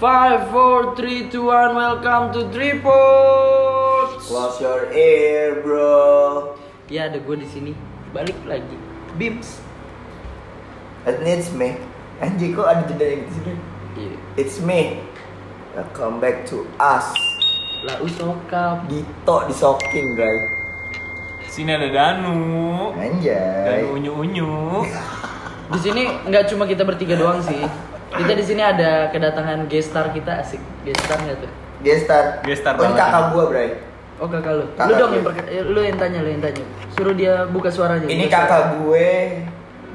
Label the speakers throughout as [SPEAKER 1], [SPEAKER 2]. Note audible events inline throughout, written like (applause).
[SPEAKER 1] 5, 4, 3, 2, 1, welcome to Tripods
[SPEAKER 2] Close your ear, bro.
[SPEAKER 1] Ya ada gue di sini. Balik lagi. Bims.
[SPEAKER 2] And it's me. Anjir, kok ada jeda yang di sini?
[SPEAKER 1] Iya.
[SPEAKER 2] It's me. Welcome back to us.
[SPEAKER 1] Lau sokap.
[SPEAKER 2] Dito disokin, guys.
[SPEAKER 3] Sini ada Danu.
[SPEAKER 2] Anjay.
[SPEAKER 3] Danu unyu unyu.
[SPEAKER 2] (laughs)
[SPEAKER 1] Di sini nggak cuma kita bertiga doang sih. Kita di sini ada kedatangan guest star kita asik. Guest star nggak tuh?
[SPEAKER 2] Gestar.
[SPEAKER 3] Gestar
[SPEAKER 2] Oh, ini
[SPEAKER 3] banget.
[SPEAKER 2] kakak gua, bray.
[SPEAKER 1] Oh kakak lu. Lu
[SPEAKER 2] Kakak
[SPEAKER 1] dong
[SPEAKER 2] gue.
[SPEAKER 1] yang perke- eh, lu yang tanya, lu yang tanya. Suruh dia buka suaranya.
[SPEAKER 2] Ini
[SPEAKER 1] Buka suara.
[SPEAKER 2] kakak gue.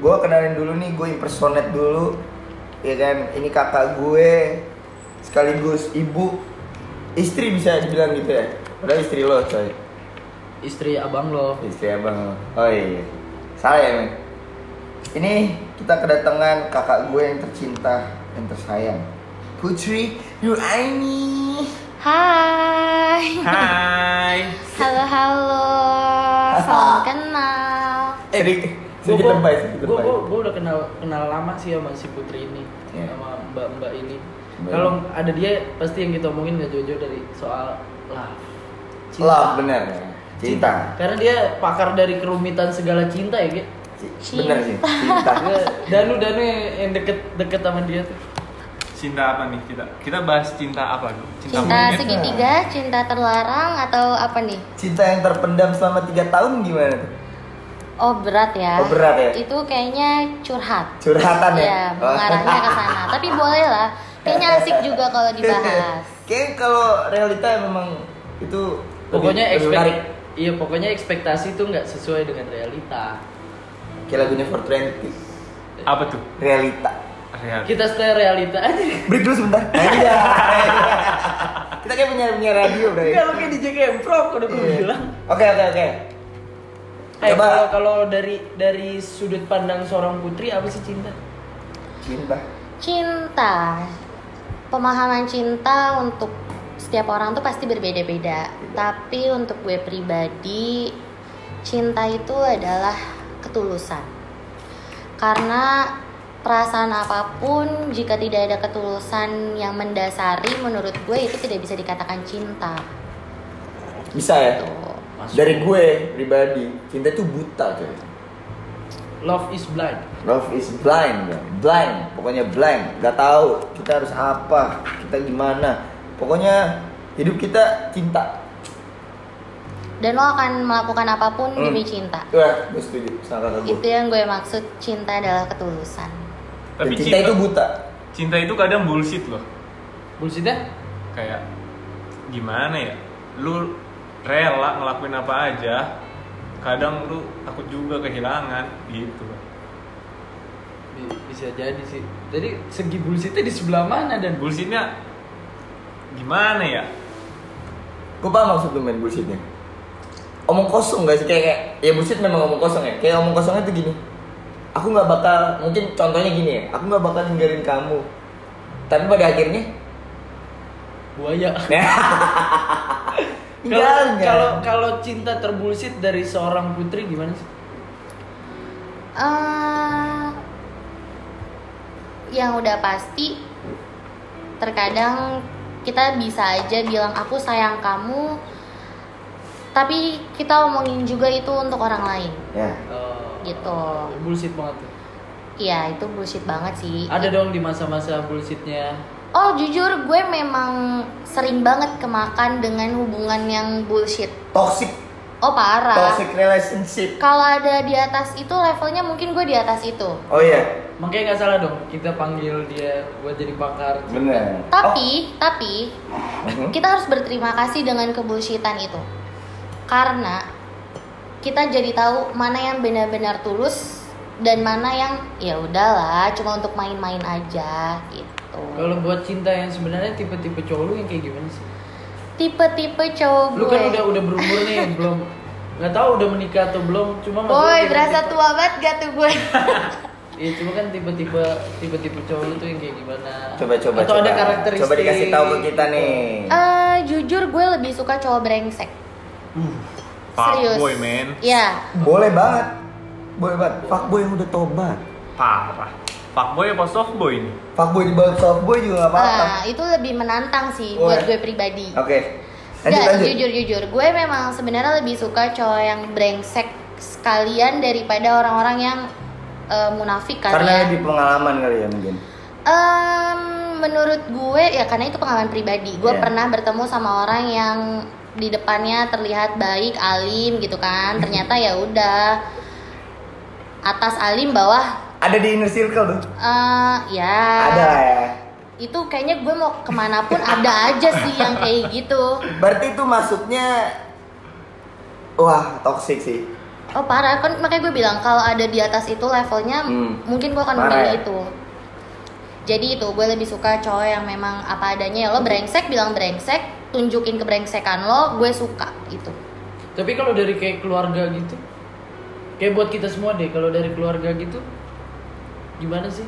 [SPEAKER 2] Gua kenalin dulu nih, gue impersonate dulu. Ya kan, ini kakak gue sekaligus ibu istri bisa dibilang gitu ya. Udah istri lo, coy.
[SPEAKER 1] Istri abang lo.
[SPEAKER 2] Istri abang. Oh iya. Salah ya, men. Ini kita kedatangan kakak gue yang tercinta dan tersayang. Putri Nuraini.
[SPEAKER 4] Hai.
[SPEAKER 3] Hai.
[SPEAKER 4] Halo halo. Salam kenal.
[SPEAKER 2] Eh, sedikit sedikit
[SPEAKER 1] Gua-
[SPEAKER 2] lebay,
[SPEAKER 1] gua-
[SPEAKER 2] sedikit
[SPEAKER 1] gua,
[SPEAKER 2] lebay.
[SPEAKER 1] gua, gua udah kenal kenal lama sih sama si Putri ini
[SPEAKER 2] Iya.
[SPEAKER 1] sama Mbak Mbak ini.
[SPEAKER 2] Mbak.
[SPEAKER 1] Kalau ada dia pasti yang kita omongin nggak jauh-jauh dari soal love.
[SPEAKER 2] Love bener. Cinta.
[SPEAKER 1] Karena dia pakar dari kerumitan segala cinta ya, Ge.
[SPEAKER 2] Ci- Bener sih, cinta. (laughs)
[SPEAKER 1] Danu Danu yang, yang deket deket sama dia tuh.
[SPEAKER 3] Cinta apa nih kita? Kita bahas cinta apa dulu?
[SPEAKER 4] Cinta
[SPEAKER 3] monyet.
[SPEAKER 4] segitiga, cinta terlarang atau apa nih?
[SPEAKER 2] cinta yang terpendam selama 3 tahun gimana tuh?
[SPEAKER 4] Oh berat ya.
[SPEAKER 2] Oh, berat ya?
[SPEAKER 4] Itu kayaknya curhat.
[SPEAKER 2] Curhatan ya?
[SPEAKER 4] Iya, mengarahnya ke
[SPEAKER 2] (laughs)
[SPEAKER 4] sana. Tapi boleh lah. Kayaknya asik juga kalau dibahas.
[SPEAKER 2] Kayaknya kalau realita memang itu lebih-
[SPEAKER 1] Pokoknya
[SPEAKER 2] lebih
[SPEAKER 1] ekspek
[SPEAKER 2] menarik.
[SPEAKER 1] Iya, pokoknya ekspektasi tuh nggak sesuai dengan realita.
[SPEAKER 2] Kayak lagunya for 20
[SPEAKER 3] Apa tuh?
[SPEAKER 2] realita.
[SPEAKER 3] Real.
[SPEAKER 1] Kita stay realita aja.
[SPEAKER 2] Break dulu sebentar. (laughs) Iya. Kita kayak punya punya radio, Bray.
[SPEAKER 1] Kalau kayak DJ Kemprok udah gue
[SPEAKER 2] Iya.
[SPEAKER 1] bilang.
[SPEAKER 2] Oke, oke, oke.
[SPEAKER 1] Eh,
[SPEAKER 2] Coba.
[SPEAKER 1] kalau kalau dari dari sudut pandang seorang putri apa sih cinta?
[SPEAKER 2] Cinta.
[SPEAKER 4] Cinta. Pemahaman cinta untuk setiap orang tuh pasti berbeda-beda. Tapi untuk gue pribadi, cinta itu adalah ketulusan. Karena perasaan apapun jika tidak ada ketulusan yang mendasari menurut gue itu tidak bisa dikatakan cinta.
[SPEAKER 2] Bisa ya?
[SPEAKER 4] Tuh.
[SPEAKER 1] Masuk.
[SPEAKER 2] Dari gue pribadi, cinta itu buta, coy.
[SPEAKER 1] Love is blind.
[SPEAKER 2] Love is blind, bro. blind. Pokoknya blind. Gak tahu kita harus apa, kita gimana. Pokoknya hidup kita cinta.
[SPEAKER 4] Dan lo akan melakukan apapun
[SPEAKER 2] Hmm.
[SPEAKER 4] demi cinta.
[SPEAKER 2] Wah, gue setuju sama kakak gue.
[SPEAKER 4] Itu yang gue maksud cinta adalah ketulusan.
[SPEAKER 3] Tapi
[SPEAKER 2] Dan cinta itu buta.
[SPEAKER 3] Cinta itu kadang bullshit loh.
[SPEAKER 1] Bullshit ya?
[SPEAKER 3] Kayak gimana ya? Lu rela ngelakuin apa aja. Kadang lu takut juga kehilangan gitu.
[SPEAKER 1] Bi- Iya, Bisa jadi sih. Jadi segi bullshitnya di sebelah mana dan
[SPEAKER 3] Bullshitnya gimana ya?
[SPEAKER 2] Gue paham maksud lu main bullshitnya. Omong kosong gak sih kayak, kayak ya bullshit memang omong kosong ya. Kayak omong kosongnya tuh gini. Aku nggak bakal mungkin contohnya gini ya. Aku nggak bakal ninggalin kamu. Tapi pada akhirnya
[SPEAKER 1] buaya? Kalau
[SPEAKER 2] tinggalnya.
[SPEAKER 1] kalau kalau cinta terbullshit dari seorang putri gimana sih?
[SPEAKER 4] eh yang udah pasti terkadang kita bisa aja bilang aku sayang kamu tapi kita omongin juga itu untuk orang lain
[SPEAKER 2] ya.
[SPEAKER 1] Eh,
[SPEAKER 4] Gitu.
[SPEAKER 1] Bullshit banget. tuh.
[SPEAKER 4] iya itu bullshit banget sih
[SPEAKER 1] Ada dong di masa-masa bullshitnya.
[SPEAKER 4] oh jujur gue memang sering banget kemakan dengan hubungan yang bullshit
[SPEAKER 2] Toxic,
[SPEAKER 4] oh parah
[SPEAKER 2] toxic relationship.
[SPEAKER 4] kalau ada di atas itu levelnya mungkin gue di atas itu
[SPEAKER 2] Oh iya,
[SPEAKER 1] Makanya nggak salah dong kita panggil dia buat jadi pakar.
[SPEAKER 2] bener.
[SPEAKER 4] tapi tapi
[SPEAKER 2] Oh, mhm.
[SPEAKER 4] kita harus berterima kasih dengan kebullshitan itu karena kita jadi tahu mana yang benar-benar tulus dan mana yang ya udahlah cuma untuk main-main aja gitu
[SPEAKER 1] Kalau buat cinta yang sebenarnya tipe-tipe cowok lu yang kayak gimana sih?
[SPEAKER 4] tipe-tipe
[SPEAKER 1] Lu
[SPEAKER 4] cowok gue
[SPEAKER 1] kan udah udah berumur nih, belum nggak tahu udah menikah atau belum. Cuma
[SPEAKER 4] boy
[SPEAKER 1] maksudnya
[SPEAKER 4] berasa
[SPEAKER 1] tipe-tipe-
[SPEAKER 4] tua banget gak tuh
[SPEAKER 1] (laughs)
[SPEAKER 4] gue
[SPEAKER 1] Iya, cuma kan tipe-tipe tipe-tipe cowok lu tuh yang kayak gimana?
[SPEAKER 2] Coba-coba.
[SPEAKER 1] Atau ada
[SPEAKER 2] coba.
[SPEAKER 1] karakteristik?
[SPEAKER 2] Coba dikasih tahu ke kita nih.
[SPEAKER 4] Eh, jujur gue lebih suka cowok brengsek
[SPEAKER 1] Uh,
[SPEAKER 4] serius
[SPEAKER 3] Fuckboy men.
[SPEAKER 4] ya
[SPEAKER 2] Boleh banget. Boleh banget. Fuckboy yang udah tobat.
[SPEAKER 3] Parah. fuckboy apa softboy ini?
[SPEAKER 2] Fuckboy di bawah softboy juga nggak apa-apa.
[SPEAKER 4] Nah, itu lebih menantang sih
[SPEAKER 2] Wah.
[SPEAKER 4] buat gue pribadi.
[SPEAKER 2] Oke. Lanjut
[SPEAKER 4] Nggak,
[SPEAKER 2] lanjut.
[SPEAKER 4] jujur jujur, gue memang sebenarnya lebih suka cowok yang brengsek sekalian daripada orang-orang yang eh, munafik kan
[SPEAKER 2] Karena
[SPEAKER 4] ya.
[SPEAKER 2] lebih pengalaman kali ya mungkin.
[SPEAKER 4] Em, menurut gue ya karena itu pengalaman pribadi. Gue
[SPEAKER 2] Iya.
[SPEAKER 4] pernah bertemu sama orang yang di depannya terlihat baik, alim gitu kan. Ternyata ya udah atas alim, bawah
[SPEAKER 2] Ada di inner circle tuh.
[SPEAKER 4] eh, ya
[SPEAKER 2] Ada lah ya.
[SPEAKER 4] itu kayaknya gue mau kemana pun ada aja sih yang kayak gitu.
[SPEAKER 2] Berarti itu masuknya wah toxic sih.
[SPEAKER 4] Oh parah kan makanya gue bilang kalau ada di atas itu levelnya
[SPEAKER 2] Hmm.
[SPEAKER 4] mungkin gue akan
[SPEAKER 2] Parah
[SPEAKER 4] memilih
[SPEAKER 2] ya?
[SPEAKER 4] itu. Jadi itu gue lebih suka cowok yang memang apa adanya ya
[SPEAKER 2] Hmm.
[SPEAKER 4] lo brengsek bilang brengsek tunjukin kebrengsekan lo gue suka gitu. itu.
[SPEAKER 1] Tapi kalau dari kayak keluarga gitu, kayak buat kita semua deh, kalau dari keluarga gitu, gimana sih?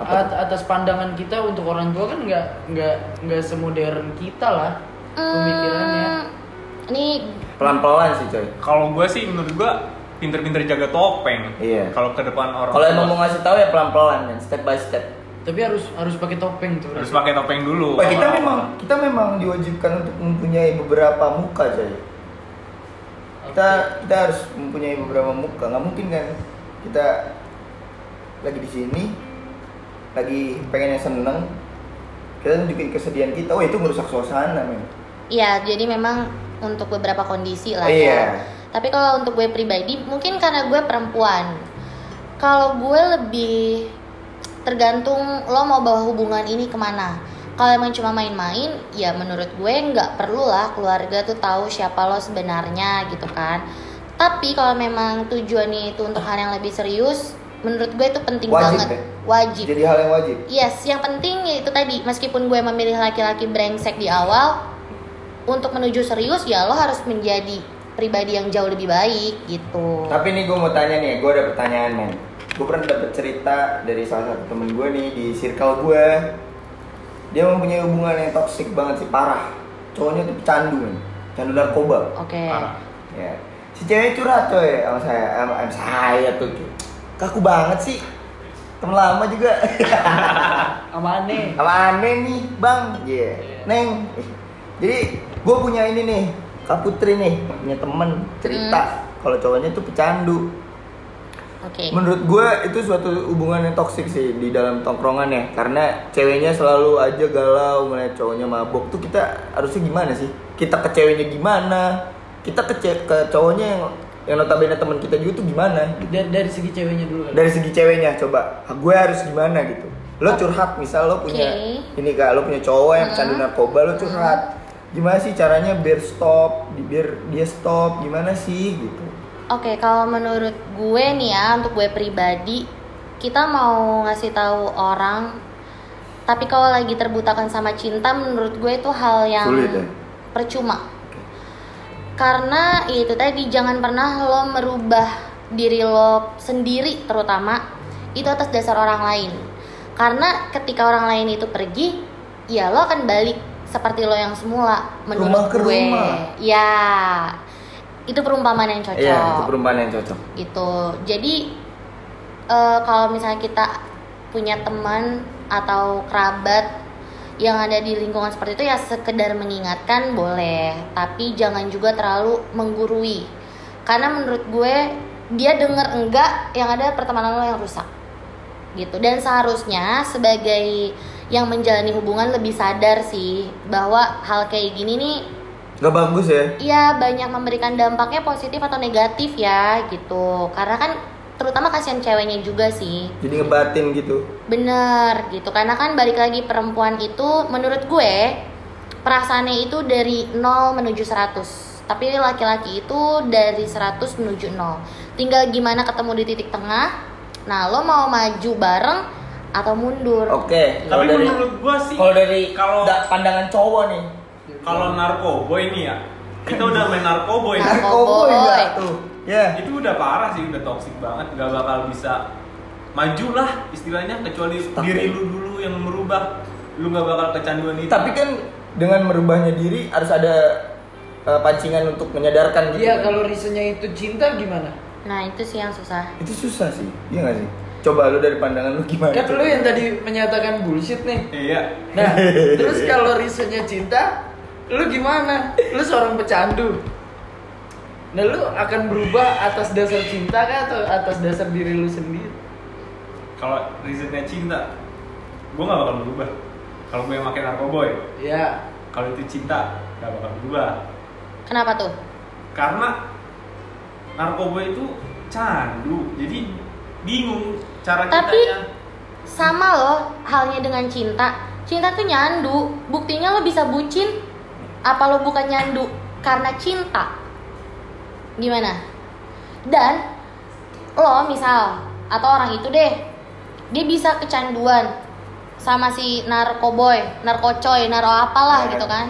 [SPEAKER 2] Apa
[SPEAKER 1] At- atas pandangan kita untuk orang tua kan nggak nggak nggak semodern kita lah pemikirannya.
[SPEAKER 4] Hmm, ini
[SPEAKER 2] Pelan-pelan sih coy.
[SPEAKER 3] Kalau gue sih menurut gue pinter-pinter jaga topeng.
[SPEAKER 2] Iya.
[SPEAKER 3] Kalau ke depan orang
[SPEAKER 2] Kalau
[SPEAKER 3] tua,
[SPEAKER 2] emang mau ngasih tahu ya pelan-pelan kan, step by step.
[SPEAKER 1] Tapi harus harus pakai topeng tuh.
[SPEAKER 3] harus
[SPEAKER 1] berarti.
[SPEAKER 3] pakai topeng dulu.
[SPEAKER 2] Wah, Oh, kita
[SPEAKER 3] Kalau-
[SPEAKER 2] memang kita memang diwajibkan untuk mempunyai beberapa muka coy. Kita kita harus mempunyai beberapa muka. Nggak mungkin kan kita lagi di sini lagi pengennya seneng kita tunjukin kesedihan kita, oh itu merusak suasana men.
[SPEAKER 4] Iya, jadi memang untuk beberapa kondisi lah
[SPEAKER 2] Iya.
[SPEAKER 4] ya. Tapi kalau untuk gue pribadi, mungkin karena gue perempuan. Kalau gue lebih tergantung lo mau bawa hubungan ini kemana. Kalau emang cuma main-main, ya menurut gue nggak perlu lah keluarga tuh tahu siapa lo sebenarnya gitu kan. Tapi kalau memang tujuannya itu untuk hal yang lebih serius, menurut gue itu penting
[SPEAKER 2] Wajib
[SPEAKER 4] banget.
[SPEAKER 2] ya?
[SPEAKER 4] Wajib.
[SPEAKER 2] Jadi hal yang wajib.
[SPEAKER 4] Yes, yang penting ya itu tadi meskipun gue memilih laki-laki brengsek di awal untuk menuju serius ya lo harus menjadi pribadi yang jauh lebih baik gitu.
[SPEAKER 2] Tapi nih gue mau tanya nih, gue ada pertanyaan men. Gue pernah dapet cerita dari salah satu temen gue nih di circle gue. Dia mempunyai hubungan yang toksik banget sih, parah. Cowoknya tuh pecandu men, pecandu narkoba.
[SPEAKER 4] Oke.
[SPEAKER 3] Parah.
[SPEAKER 2] Ya. Si cewek curhat tuh ya sama saya, sama, sama saya tuh. gitu. Kaku banget sih, temen lama juga. (laughs)
[SPEAKER 1] Sama aneh.
[SPEAKER 2] sama aneh nih bang, Iya. neng. Jadi gue punya ini nih, Kak Putri nih, punya temen cerita kalau cowoknya tuh pecandu.
[SPEAKER 4] Oke.
[SPEAKER 2] Menurut gue itu suatu hubungan yang toksik sih di dalam tongkrongan ya Karena ceweknya selalu aja galau ngeliat cowoknya mabok Tuh kita harusnya gimana sih? Kita ke ceweknya gimana? Kita ke, ce- ke cowoknya yang, yang notabene teman kita juga tuh gimana?
[SPEAKER 1] Dari, dari segi ceweknya dulu kan.
[SPEAKER 2] Dari segi ceweknya coba, ah, gue harus gimana gitu Lo curhat misal lo punya
[SPEAKER 4] Oke.
[SPEAKER 2] ini kak, lo punya cowok yang candu narkoba lo curhat Gimana sih caranya biar stop, biar dia stop, gimana sih gitu
[SPEAKER 4] Oke, kalau menurut gue nih ya untuk gue pribadi kita mau ngasih tahu orang tapi kalau lagi terbutakan sama cinta menurut gue itu hal yang
[SPEAKER 2] Sulit ya?
[SPEAKER 4] percuma. karena ya itu tadi jangan pernah lo merubah diri lo sendiri terutama itu atas dasar orang lain karena ketika orang lain itu pergi ya lo akan balik seperti lo yang semula
[SPEAKER 2] Rumah
[SPEAKER 4] menurut
[SPEAKER 2] ke
[SPEAKER 4] gue
[SPEAKER 2] rumah.
[SPEAKER 4] ya itu perumpamaan yang cocok
[SPEAKER 2] Iya, itu perumpamaan yang cocok
[SPEAKER 4] gitu jadi eh, kalau misalnya kita punya teman atau kerabat yang ada di lingkungan seperti itu ya sekedar mengingatkan boleh tapi jangan juga terlalu menggurui karena menurut gue dia denger enggak yang ada pertemanan lo yang rusak gitu dan seharusnya sebagai yang menjalani hubungan lebih sadar sih bahwa hal kayak gini nih
[SPEAKER 2] Gak bagus ya?
[SPEAKER 4] Iya banyak memberikan dampaknya positif atau negatif ya gitu karena kan terutama kasihan ceweknya juga sih
[SPEAKER 2] jadi ngebatin gitu
[SPEAKER 4] bener gitu karena kan balik lagi perempuan itu menurut gue perasaannya itu dari 0 menuju 100 tapi laki-laki itu dari 100 menuju 0 tinggal gimana ketemu di titik tengah nah lo mau maju bareng atau mundur
[SPEAKER 2] oke kalau
[SPEAKER 3] Tapi
[SPEAKER 2] dari
[SPEAKER 3] menurut gue sih
[SPEAKER 2] kalau dari
[SPEAKER 3] kalau
[SPEAKER 2] da- pandangan cowok nih
[SPEAKER 3] kalau narkoboy ini ya kita udah main
[SPEAKER 2] (laughs)
[SPEAKER 3] narkoboy
[SPEAKER 4] Nah.
[SPEAKER 2] narkoboy
[SPEAKER 4] Narkoboy.
[SPEAKER 2] enggak tuh ya
[SPEAKER 3] itu udah parah sih udah toksik banget nggak bakal bisa maju lah istilahnya kecuali
[SPEAKER 2] Stuck.
[SPEAKER 3] diri lu dulu yang merubah lu nggak bakal kecanduan itu
[SPEAKER 2] tapi kan dengan merubahnya diri harus ada eh, pancingan untuk menyadarkan gitu
[SPEAKER 1] Iya
[SPEAKER 2] kan.
[SPEAKER 1] kalau risetnya itu cinta gimana?
[SPEAKER 4] nah itu sih yang susah
[SPEAKER 2] itu susah sih iya nggak sih Coba lu dari pandangan lu gimana?
[SPEAKER 1] Kan lu yang tadi menyatakan bullshit nih.
[SPEAKER 3] Iya.
[SPEAKER 1] Nah,
[SPEAKER 2] (laughs)
[SPEAKER 1] terus kalau risunya cinta, lu gimana? Lu seorang pecandu. Nah, lu akan berubah atas dasar cinta kah atau atas dasar diri lu sendiri?
[SPEAKER 3] Kalau reasonnya cinta, gue gak bakal berubah. Kalau gue yang makin narkoboy,
[SPEAKER 1] Ya,
[SPEAKER 3] kalau itu cinta, gak bakal berubah.
[SPEAKER 4] Kenapa tuh?
[SPEAKER 3] Karena narkoboy itu candu, jadi bingung cara
[SPEAKER 4] Tapi-
[SPEAKER 3] kitanya.
[SPEAKER 4] Sama loh halnya dengan cinta. Cinta tuh nyandu. Buktinya lo bisa bucin. Apa lo bukan nyandu? Karena cinta. Gimana? Dan lo misal atau orang itu deh, dia bisa kecanduan sama si narkoboy, narkocoy, naro apalah gitu kan.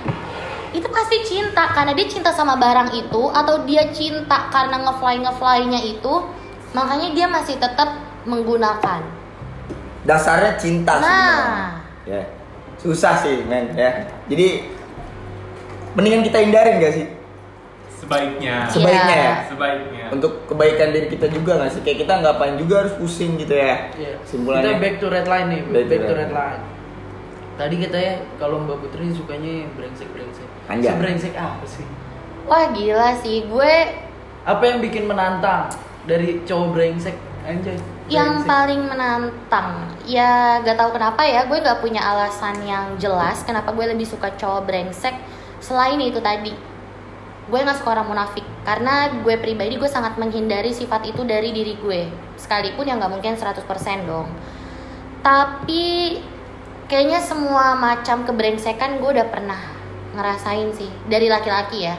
[SPEAKER 4] Itu pasti cinta karena dia cinta sama barang itu atau dia cinta karena ngefly ngeflynya itu, makanya dia masih tetap menggunakan.
[SPEAKER 2] Dasarnya cinta sebenarnya.
[SPEAKER 4] Nah,
[SPEAKER 2] Ya. Susah sih, men, ya. Jadi mendingan kita hindarin gak sih?
[SPEAKER 3] Sebaiknya,
[SPEAKER 2] Sebaiknya
[SPEAKER 4] Iya.
[SPEAKER 2] ya.
[SPEAKER 3] sebaiknya.
[SPEAKER 2] Untuk kebaikan diri kita juga gak sih? Kayak kita ngapain juga harus pusing gitu ya.
[SPEAKER 1] ya. Kita
[SPEAKER 2] Simpulannya.
[SPEAKER 1] back to red line nih,
[SPEAKER 2] Back
[SPEAKER 1] back,
[SPEAKER 2] to
[SPEAKER 1] to
[SPEAKER 2] red
[SPEAKER 1] red line. Tadi katanya kalau Mbak Putri sukanya brengsek-brengsek.
[SPEAKER 2] Anjay.
[SPEAKER 1] Sebrengsek apa sih?
[SPEAKER 4] wah gila sih gue
[SPEAKER 1] Apa yang bikin menantang dari cowok brengsek? Anjay.
[SPEAKER 4] yang
[SPEAKER 1] brengsek.
[SPEAKER 4] paling menantang ya gak tahu kenapa ya gue gak punya alasan yang jelas kenapa gue lebih suka cowok brengsek selain itu tadi gue gak suka orang munafik karena gue pribadi gue sangat menghindari sifat itu dari diri gue sekalipun yang gak mungkin 100% dong tapi kayaknya semua macam kebrengsekan gue udah pernah ngerasain sih dari laki-laki ya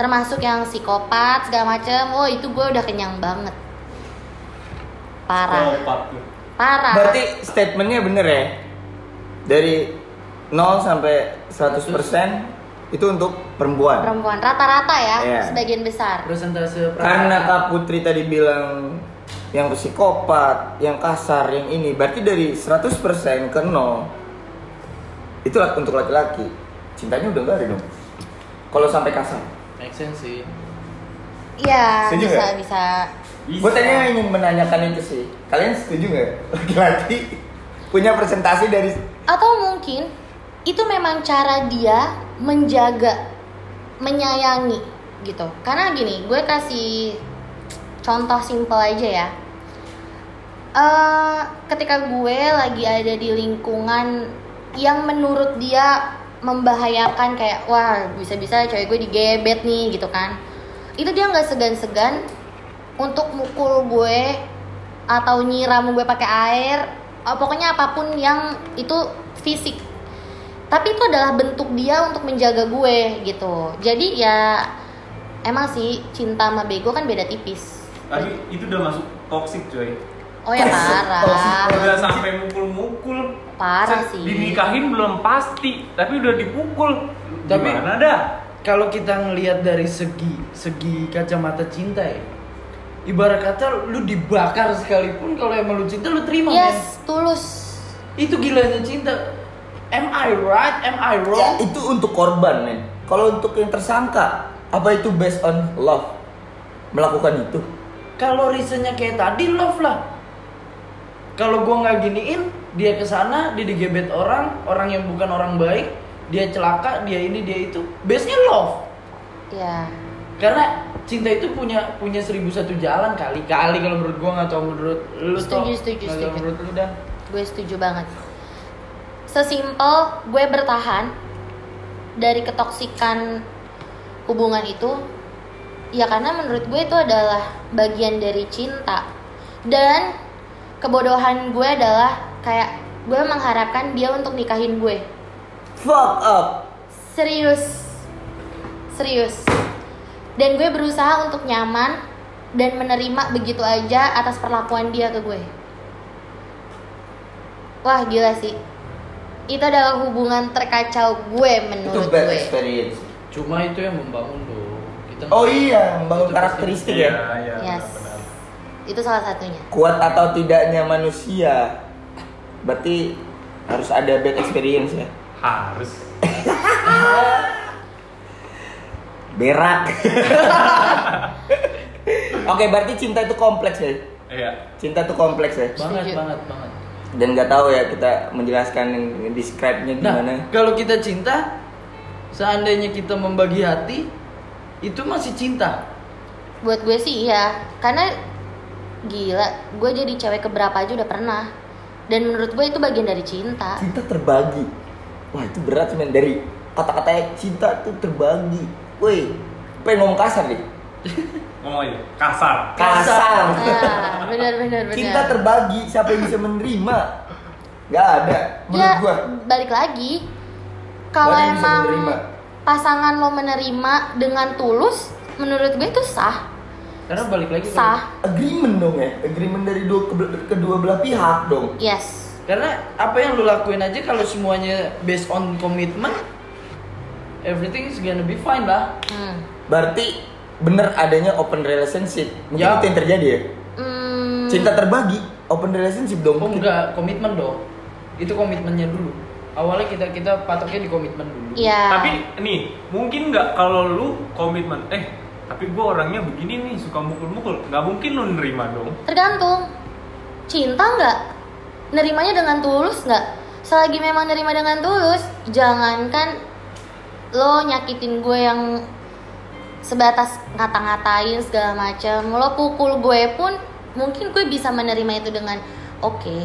[SPEAKER 4] termasuk yang psikopat segala macem oh itu gue udah kenyang banget parah
[SPEAKER 3] Kopat tuh.
[SPEAKER 4] parah
[SPEAKER 2] Oh. Berarti statementnya bener ya? Dari 0 sampai 100% itu untuk perempuan.
[SPEAKER 4] perempuan rata-rata ya
[SPEAKER 2] Iya.
[SPEAKER 4] sebagian besar
[SPEAKER 1] presentase
[SPEAKER 2] Karena Kak Putri tadi bilang yang psikopat, yang kasar, yang ini. Berarti dari 100% ke 0 itu lak- untuk laki-laki. Cintanya udah enggak ada dong. Kalau sampai kasar.
[SPEAKER 1] make sense sih.
[SPEAKER 4] iya
[SPEAKER 2] Setuju
[SPEAKER 4] bisa
[SPEAKER 2] nggak?
[SPEAKER 4] bisa
[SPEAKER 3] Bisa.
[SPEAKER 2] Gue tadinya ingin menanyakan itu sih. Kalian setuju nggak laki-laki punya presentasi dari
[SPEAKER 4] atau mungkin itu memang cara dia menjaga menyayangi gitu karena gini gue kasih contoh simpel aja ya Eh, ketika gue lagi ada di lingkungan yang menurut dia membahayakan kayak wah bisa-bisa cewek gue digebet nih gitu kan itu dia nggak segan-segan untuk mukul gue atau nyiram gue pakai air eh, pokoknya apapun yang itu fisik tapi itu adalah bentuk dia untuk menjaga gue gitu jadi ya emang sih cinta sama bego kan beda tipis
[SPEAKER 3] Tapi itu udah masuk toxic coy.
[SPEAKER 4] oh ya parah
[SPEAKER 3] Udah sampai mukul-mukul.
[SPEAKER 4] parah
[SPEAKER 3] Se-
[SPEAKER 4] sih
[SPEAKER 3] Dinikahin belum pasti, tapi udah dipukul.
[SPEAKER 1] Tapi-
[SPEAKER 3] Gimana dah?
[SPEAKER 1] Kalau kita ngelihat dari segi segi kacamata cinta ya. Ibarat kata lu dibakar sekalipun kalau emang lu cinta lu terima. men.
[SPEAKER 4] yes tulus
[SPEAKER 1] Itu gilanya cinta. Am I right? Am I
[SPEAKER 2] Ya,
[SPEAKER 1] wrong?
[SPEAKER 2] itu untuk korban, men. Kalau untuk yang tersangka, apa itu based on love? Melakukan itu.
[SPEAKER 1] Kalau reasonnya kayak tadi love lah. Kalau gua nggak giniin, dia kesana, dia digebet orang, orang yang bukan orang baik, dia celaka, dia ini, dia itu. Base-nya love.
[SPEAKER 4] ya
[SPEAKER 1] karena cinta itu punya punya seribu satu jalan kali kali kalau menurut gua nggak tahu menurut lu
[SPEAKER 4] Setuju,
[SPEAKER 1] Tok.
[SPEAKER 4] setuju,
[SPEAKER 1] Nggak tahu
[SPEAKER 4] setuju.
[SPEAKER 1] menurut lu dah
[SPEAKER 4] gue setuju banget sesimpel gue bertahan dari ketoksikan hubungan itu ya karena menurut gue itu adalah bagian dari cinta dan kebodohan gue adalah kayak gue mengharapkan dia untuk nikahin gue
[SPEAKER 2] Fuck up.
[SPEAKER 4] serius serius dan gue berusaha untuk nyaman dan menerima begitu aja atas perlakuan dia ke gue wah gila sih itu adalah hubungan terkacau gue
[SPEAKER 2] Itu
[SPEAKER 4] menurut
[SPEAKER 2] bad
[SPEAKER 4] gue
[SPEAKER 2] experience.
[SPEAKER 1] cuma itu yang membangun dong kita
[SPEAKER 2] Oh iya,
[SPEAKER 1] Itu
[SPEAKER 2] membangun
[SPEAKER 1] pasti.
[SPEAKER 2] karakteristik ya.
[SPEAKER 3] iya.
[SPEAKER 4] Yes.
[SPEAKER 3] benar-benar.
[SPEAKER 4] itu salah satunya
[SPEAKER 2] Kuat atau tidaknya manusia. Berarti harus ada bad experience ya.
[SPEAKER 3] Harus.
[SPEAKER 2] (laughs) Berak. Oke, berarti cinta itu kompleks ya.
[SPEAKER 3] Iya.
[SPEAKER 2] Cinta tuh kompleks ya.
[SPEAKER 1] banget
[SPEAKER 4] Setuju.
[SPEAKER 1] banget banget
[SPEAKER 2] Dan nggak tahu ya kita menjelaskan describe-nya
[SPEAKER 1] nah
[SPEAKER 2] gimana.
[SPEAKER 1] kalau kita cinta seandainya kita membagi hati itu masih cinta
[SPEAKER 4] Buat gue sih iya, karena gila, gue jadi cewek keberapa aja udah pernah. Dan menurut gue itu bagian dari
[SPEAKER 2] Ah.
[SPEAKER 4] cinta.
[SPEAKER 2] Cinta terbagi. Wah, itu berat men dari kata-katanya cinta tuh terbagi. Woi, pengen ngomong kasar nih.
[SPEAKER 3] Ngomong aja. Kasar.
[SPEAKER 2] Kasar.
[SPEAKER 4] Nah, benar benar benar.
[SPEAKER 2] Cinta terbagi, siapa yang bisa menerima? Gak ada menurut
[SPEAKER 4] ya,
[SPEAKER 2] gua.
[SPEAKER 4] balik lagi. Kalau
[SPEAKER 2] Baru bisa
[SPEAKER 4] emang
[SPEAKER 2] menerima.
[SPEAKER 4] pasangan lo menerima dengan tulus, menurut gue itu sah,
[SPEAKER 1] karena balik lagi ke-
[SPEAKER 4] sah.
[SPEAKER 2] Agreement dong ya, agreement dari dua kebe- kedua belah pihak dong.
[SPEAKER 4] Yes.
[SPEAKER 1] karena apa yang lu lakuin aja kalau semuanya based on commitment everything is gonna be fine lah
[SPEAKER 4] Hmm.
[SPEAKER 2] Berarti bener adanya open relationship. Mungkin
[SPEAKER 1] Ya.
[SPEAKER 2] itu yang terjadi ya.
[SPEAKER 4] Hmm,
[SPEAKER 2] Cinta terbagi, open relationship dong.
[SPEAKER 1] oh enggak komitmen dong itu komitmennya dulu awalnya kita kita patoknya di komitmen dulu
[SPEAKER 4] Iya.
[SPEAKER 3] Tapi nih, mungkin nggak kalau lu komitmen, eh tapi gue orangnya begini nih, suka mukul-mukul. Nggak mungkin lu nerima dong.
[SPEAKER 4] Tergantung cinta nggak, nerimanya dengan tulus nggak. Selagi memang nerima dengan tulus, jangankan lo nyakitin gue yang sebatas ngata-ngatain segala macam, lo pukul gue pun mungkin gue bisa menerima itu dengan oke.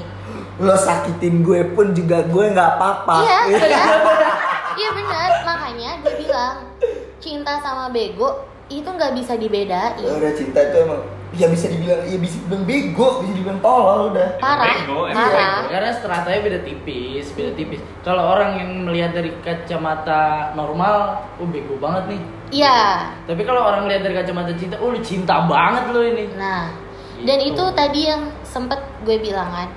[SPEAKER 2] Lo sakitin gue pun juga gue nggak apa-apa.
[SPEAKER 4] Iya, benar.
[SPEAKER 2] (laughs)
[SPEAKER 4] Iya benar. Makanya gue bilang cinta sama bego itu nggak bisa
[SPEAKER 2] Ya
[SPEAKER 4] dibedain.
[SPEAKER 2] udah cinta itu emang ya bisa dibilang ya bisa dibilang bego, bisa dibilang tolol udah.
[SPEAKER 4] Parah,
[SPEAKER 3] Bego, emang
[SPEAKER 4] parah.
[SPEAKER 1] Karena stratanya beda tipis, beda tipis. Kalau orang yang melihat dari kacamata normal, oh bego banget nih.
[SPEAKER 4] Iya.
[SPEAKER 1] Tapi kalau orang lihat dari kacamata cinta, oh lu cinta banget lu ini.
[SPEAKER 4] Nah, dan itu
[SPEAKER 1] Gitu.
[SPEAKER 4] tadi yang sempet gue bilang kan.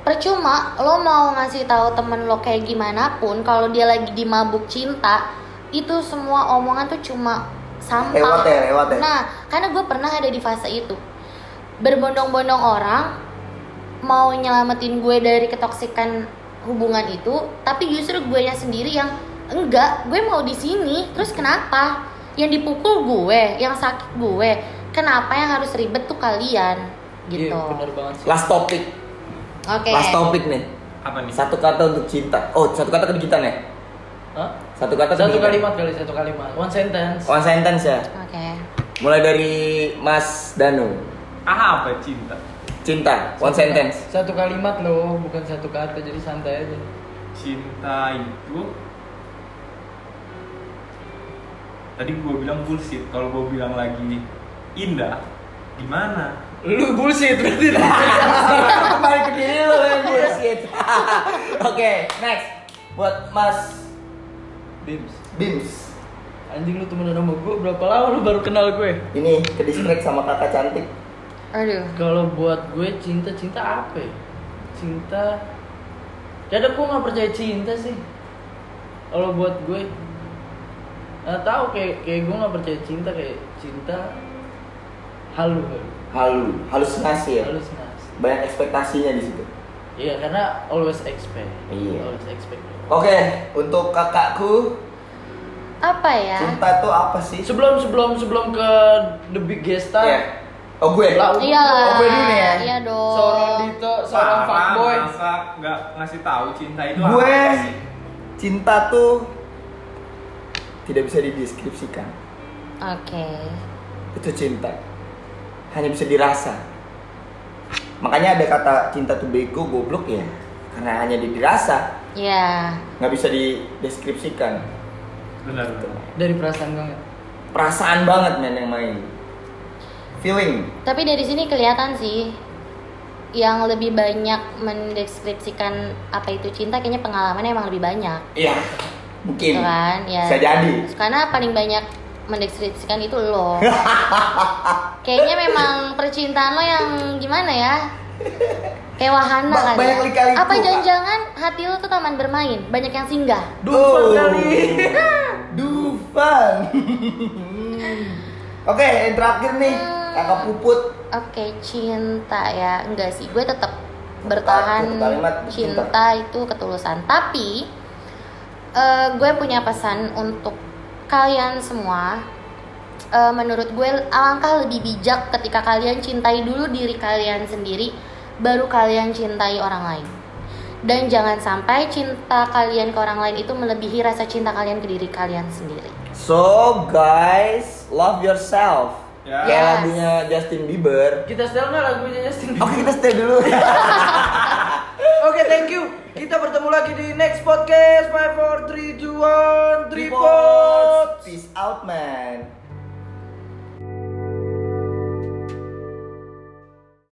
[SPEAKER 4] Percuma lo mau ngasih tahu temen lo kayak gimana pun kalau dia lagi di mabuk cinta, itu semua omongan tuh cuma sampah.
[SPEAKER 2] Lewat ya, lewat ya.
[SPEAKER 4] Nah, karena gue pernah ada di fase itu. Berbondong-bondong orang mau nyelamatin gue dari ketoksikan hubungan itu, tapi justru gue nya sendiri yang enggak, gue mau di sini. Terus kenapa? Yang dipukul gue, yang sakit gue. Kenapa yang harus ribet tuh kalian? Gitu.
[SPEAKER 1] Iya, bener banget sih.
[SPEAKER 2] Last topic,
[SPEAKER 4] Oke.
[SPEAKER 2] last topic nih.
[SPEAKER 3] Apa nih?
[SPEAKER 2] Satu kata untuk cinta. Oh, satu kata kegiatan ya?
[SPEAKER 1] Hah?
[SPEAKER 2] Satu kata
[SPEAKER 1] Satu
[SPEAKER 2] kegiatan.
[SPEAKER 1] kalimat kali satu kalimat. One sentence.
[SPEAKER 2] One sentence ya.
[SPEAKER 4] Oke.
[SPEAKER 2] Mulai dari Mas Danu.
[SPEAKER 3] Ah, apa cinta?
[SPEAKER 2] Cinta, one sentence.
[SPEAKER 1] Satu kalimat loh, bukan satu kata. Jadi santai aja.
[SPEAKER 3] Cinta itu tadi gue bilang bullshit. Kalau gue bilang lagi indah, gimana?
[SPEAKER 1] Lu bullshit berarti. (laughs)
[SPEAKER 2] Kembali ke diri lo yang bullshit. (laughs) Oke, next. Buat Mas
[SPEAKER 1] Bims.
[SPEAKER 2] Bims.
[SPEAKER 1] Anjing lu temenan sama gue berapa lama lu baru kenal gue?
[SPEAKER 2] Ini ke distract sama kakak cantik.
[SPEAKER 4] Aduh.
[SPEAKER 1] Kalau buat gue cinta cinta apa? ya? Cinta. Kadang gue nggak percaya cinta sih. Kalau buat gue, nggak tahu kayak kayak gue nggak percaya cinta kayak cinta halu
[SPEAKER 2] Halu, halusinasi ya.
[SPEAKER 1] halusinasi.
[SPEAKER 2] Banyak ekspektasinya di situ.
[SPEAKER 1] Iya karena always expect.
[SPEAKER 2] Iya.
[SPEAKER 1] Always expect.
[SPEAKER 2] Oke, untuk kakakku,
[SPEAKER 4] Apa ya?
[SPEAKER 2] cinta tuh apa sih?
[SPEAKER 1] Sebelum sebelum sebelum ke the big gesta,
[SPEAKER 2] Iya. Oh gue.
[SPEAKER 1] Lah,
[SPEAKER 4] Iya lah.
[SPEAKER 2] Oh, gue dulu ya?
[SPEAKER 4] Iya dong.
[SPEAKER 1] seorang Dito, seorang
[SPEAKER 3] Parah,
[SPEAKER 1] fuckboy.
[SPEAKER 3] masa nggak ngasih tahu cinta itu
[SPEAKER 2] Gue
[SPEAKER 3] apa sih?
[SPEAKER 2] cinta tuh tidak bisa dideskripsikan.
[SPEAKER 4] Oke.
[SPEAKER 2] Itu cinta. Hanya bisa dirasa. Makanya ada kata cinta tuh bego, goblok ya. Karena hanya di- dirasa,
[SPEAKER 4] Ya.
[SPEAKER 2] nggak bisa dideskripsikan.
[SPEAKER 3] Benar. benar.
[SPEAKER 1] Dari perasaan gue.
[SPEAKER 2] Perasaan banget men yang main. Feeling.
[SPEAKER 4] Tapi dari sini kelihatan sih yang lebih banyak mendeskripsikan apa itu cinta kayaknya pengalamannya emang lebih banyak
[SPEAKER 2] Iya. Mungkin.
[SPEAKER 4] gitu kan ya
[SPEAKER 2] Iya. Bisa jadi.
[SPEAKER 4] karena paling banyak mendeskripsikan itu lo
[SPEAKER 2] (laughs)
[SPEAKER 4] kayaknya memang percintaan lo yang gimana ya kayak wahana
[SPEAKER 2] Ba-
[SPEAKER 4] kan
[SPEAKER 2] banyak
[SPEAKER 4] ya?
[SPEAKER 2] lika-liku,
[SPEAKER 4] apa
[SPEAKER 2] Kak.
[SPEAKER 4] jangan-jangan hati lo tuh taman bermain banyak yang singgah
[SPEAKER 1] Dufan kali.
[SPEAKER 2] Oh. (laughs) Dufan. (laughs) Oke, yang terakhir nih, kakak puput.
[SPEAKER 4] oke cinta ya enggak sih gue tetap bertahan
[SPEAKER 2] Satu kalimat,
[SPEAKER 4] cinta,
[SPEAKER 2] cinta.
[SPEAKER 4] itu ketulusan tapi eh, gue punya pesan untuk kalian semua eh, menurut gue alangkah lebih bijak ketika kalian cintai dulu diri kalian sendiri baru kalian cintai orang lain dan jangan sampai cinta kalian ke orang lain itu melebihi rasa cinta kalian ke diri kalian sendiri
[SPEAKER 2] So guys, love yourself.
[SPEAKER 3] Ya.
[SPEAKER 2] Kayak
[SPEAKER 4] Yes.
[SPEAKER 2] lagunya Justin Bieber.
[SPEAKER 1] Kita setel nggak lagunya Justin
[SPEAKER 2] Oke
[SPEAKER 1] Bieber?
[SPEAKER 2] kita stay dulu.
[SPEAKER 1] Oke, thank you. Kita bertemu lagi di next podcast. 5, 4, 3, 2, 1, 3,
[SPEAKER 2] Peace out man.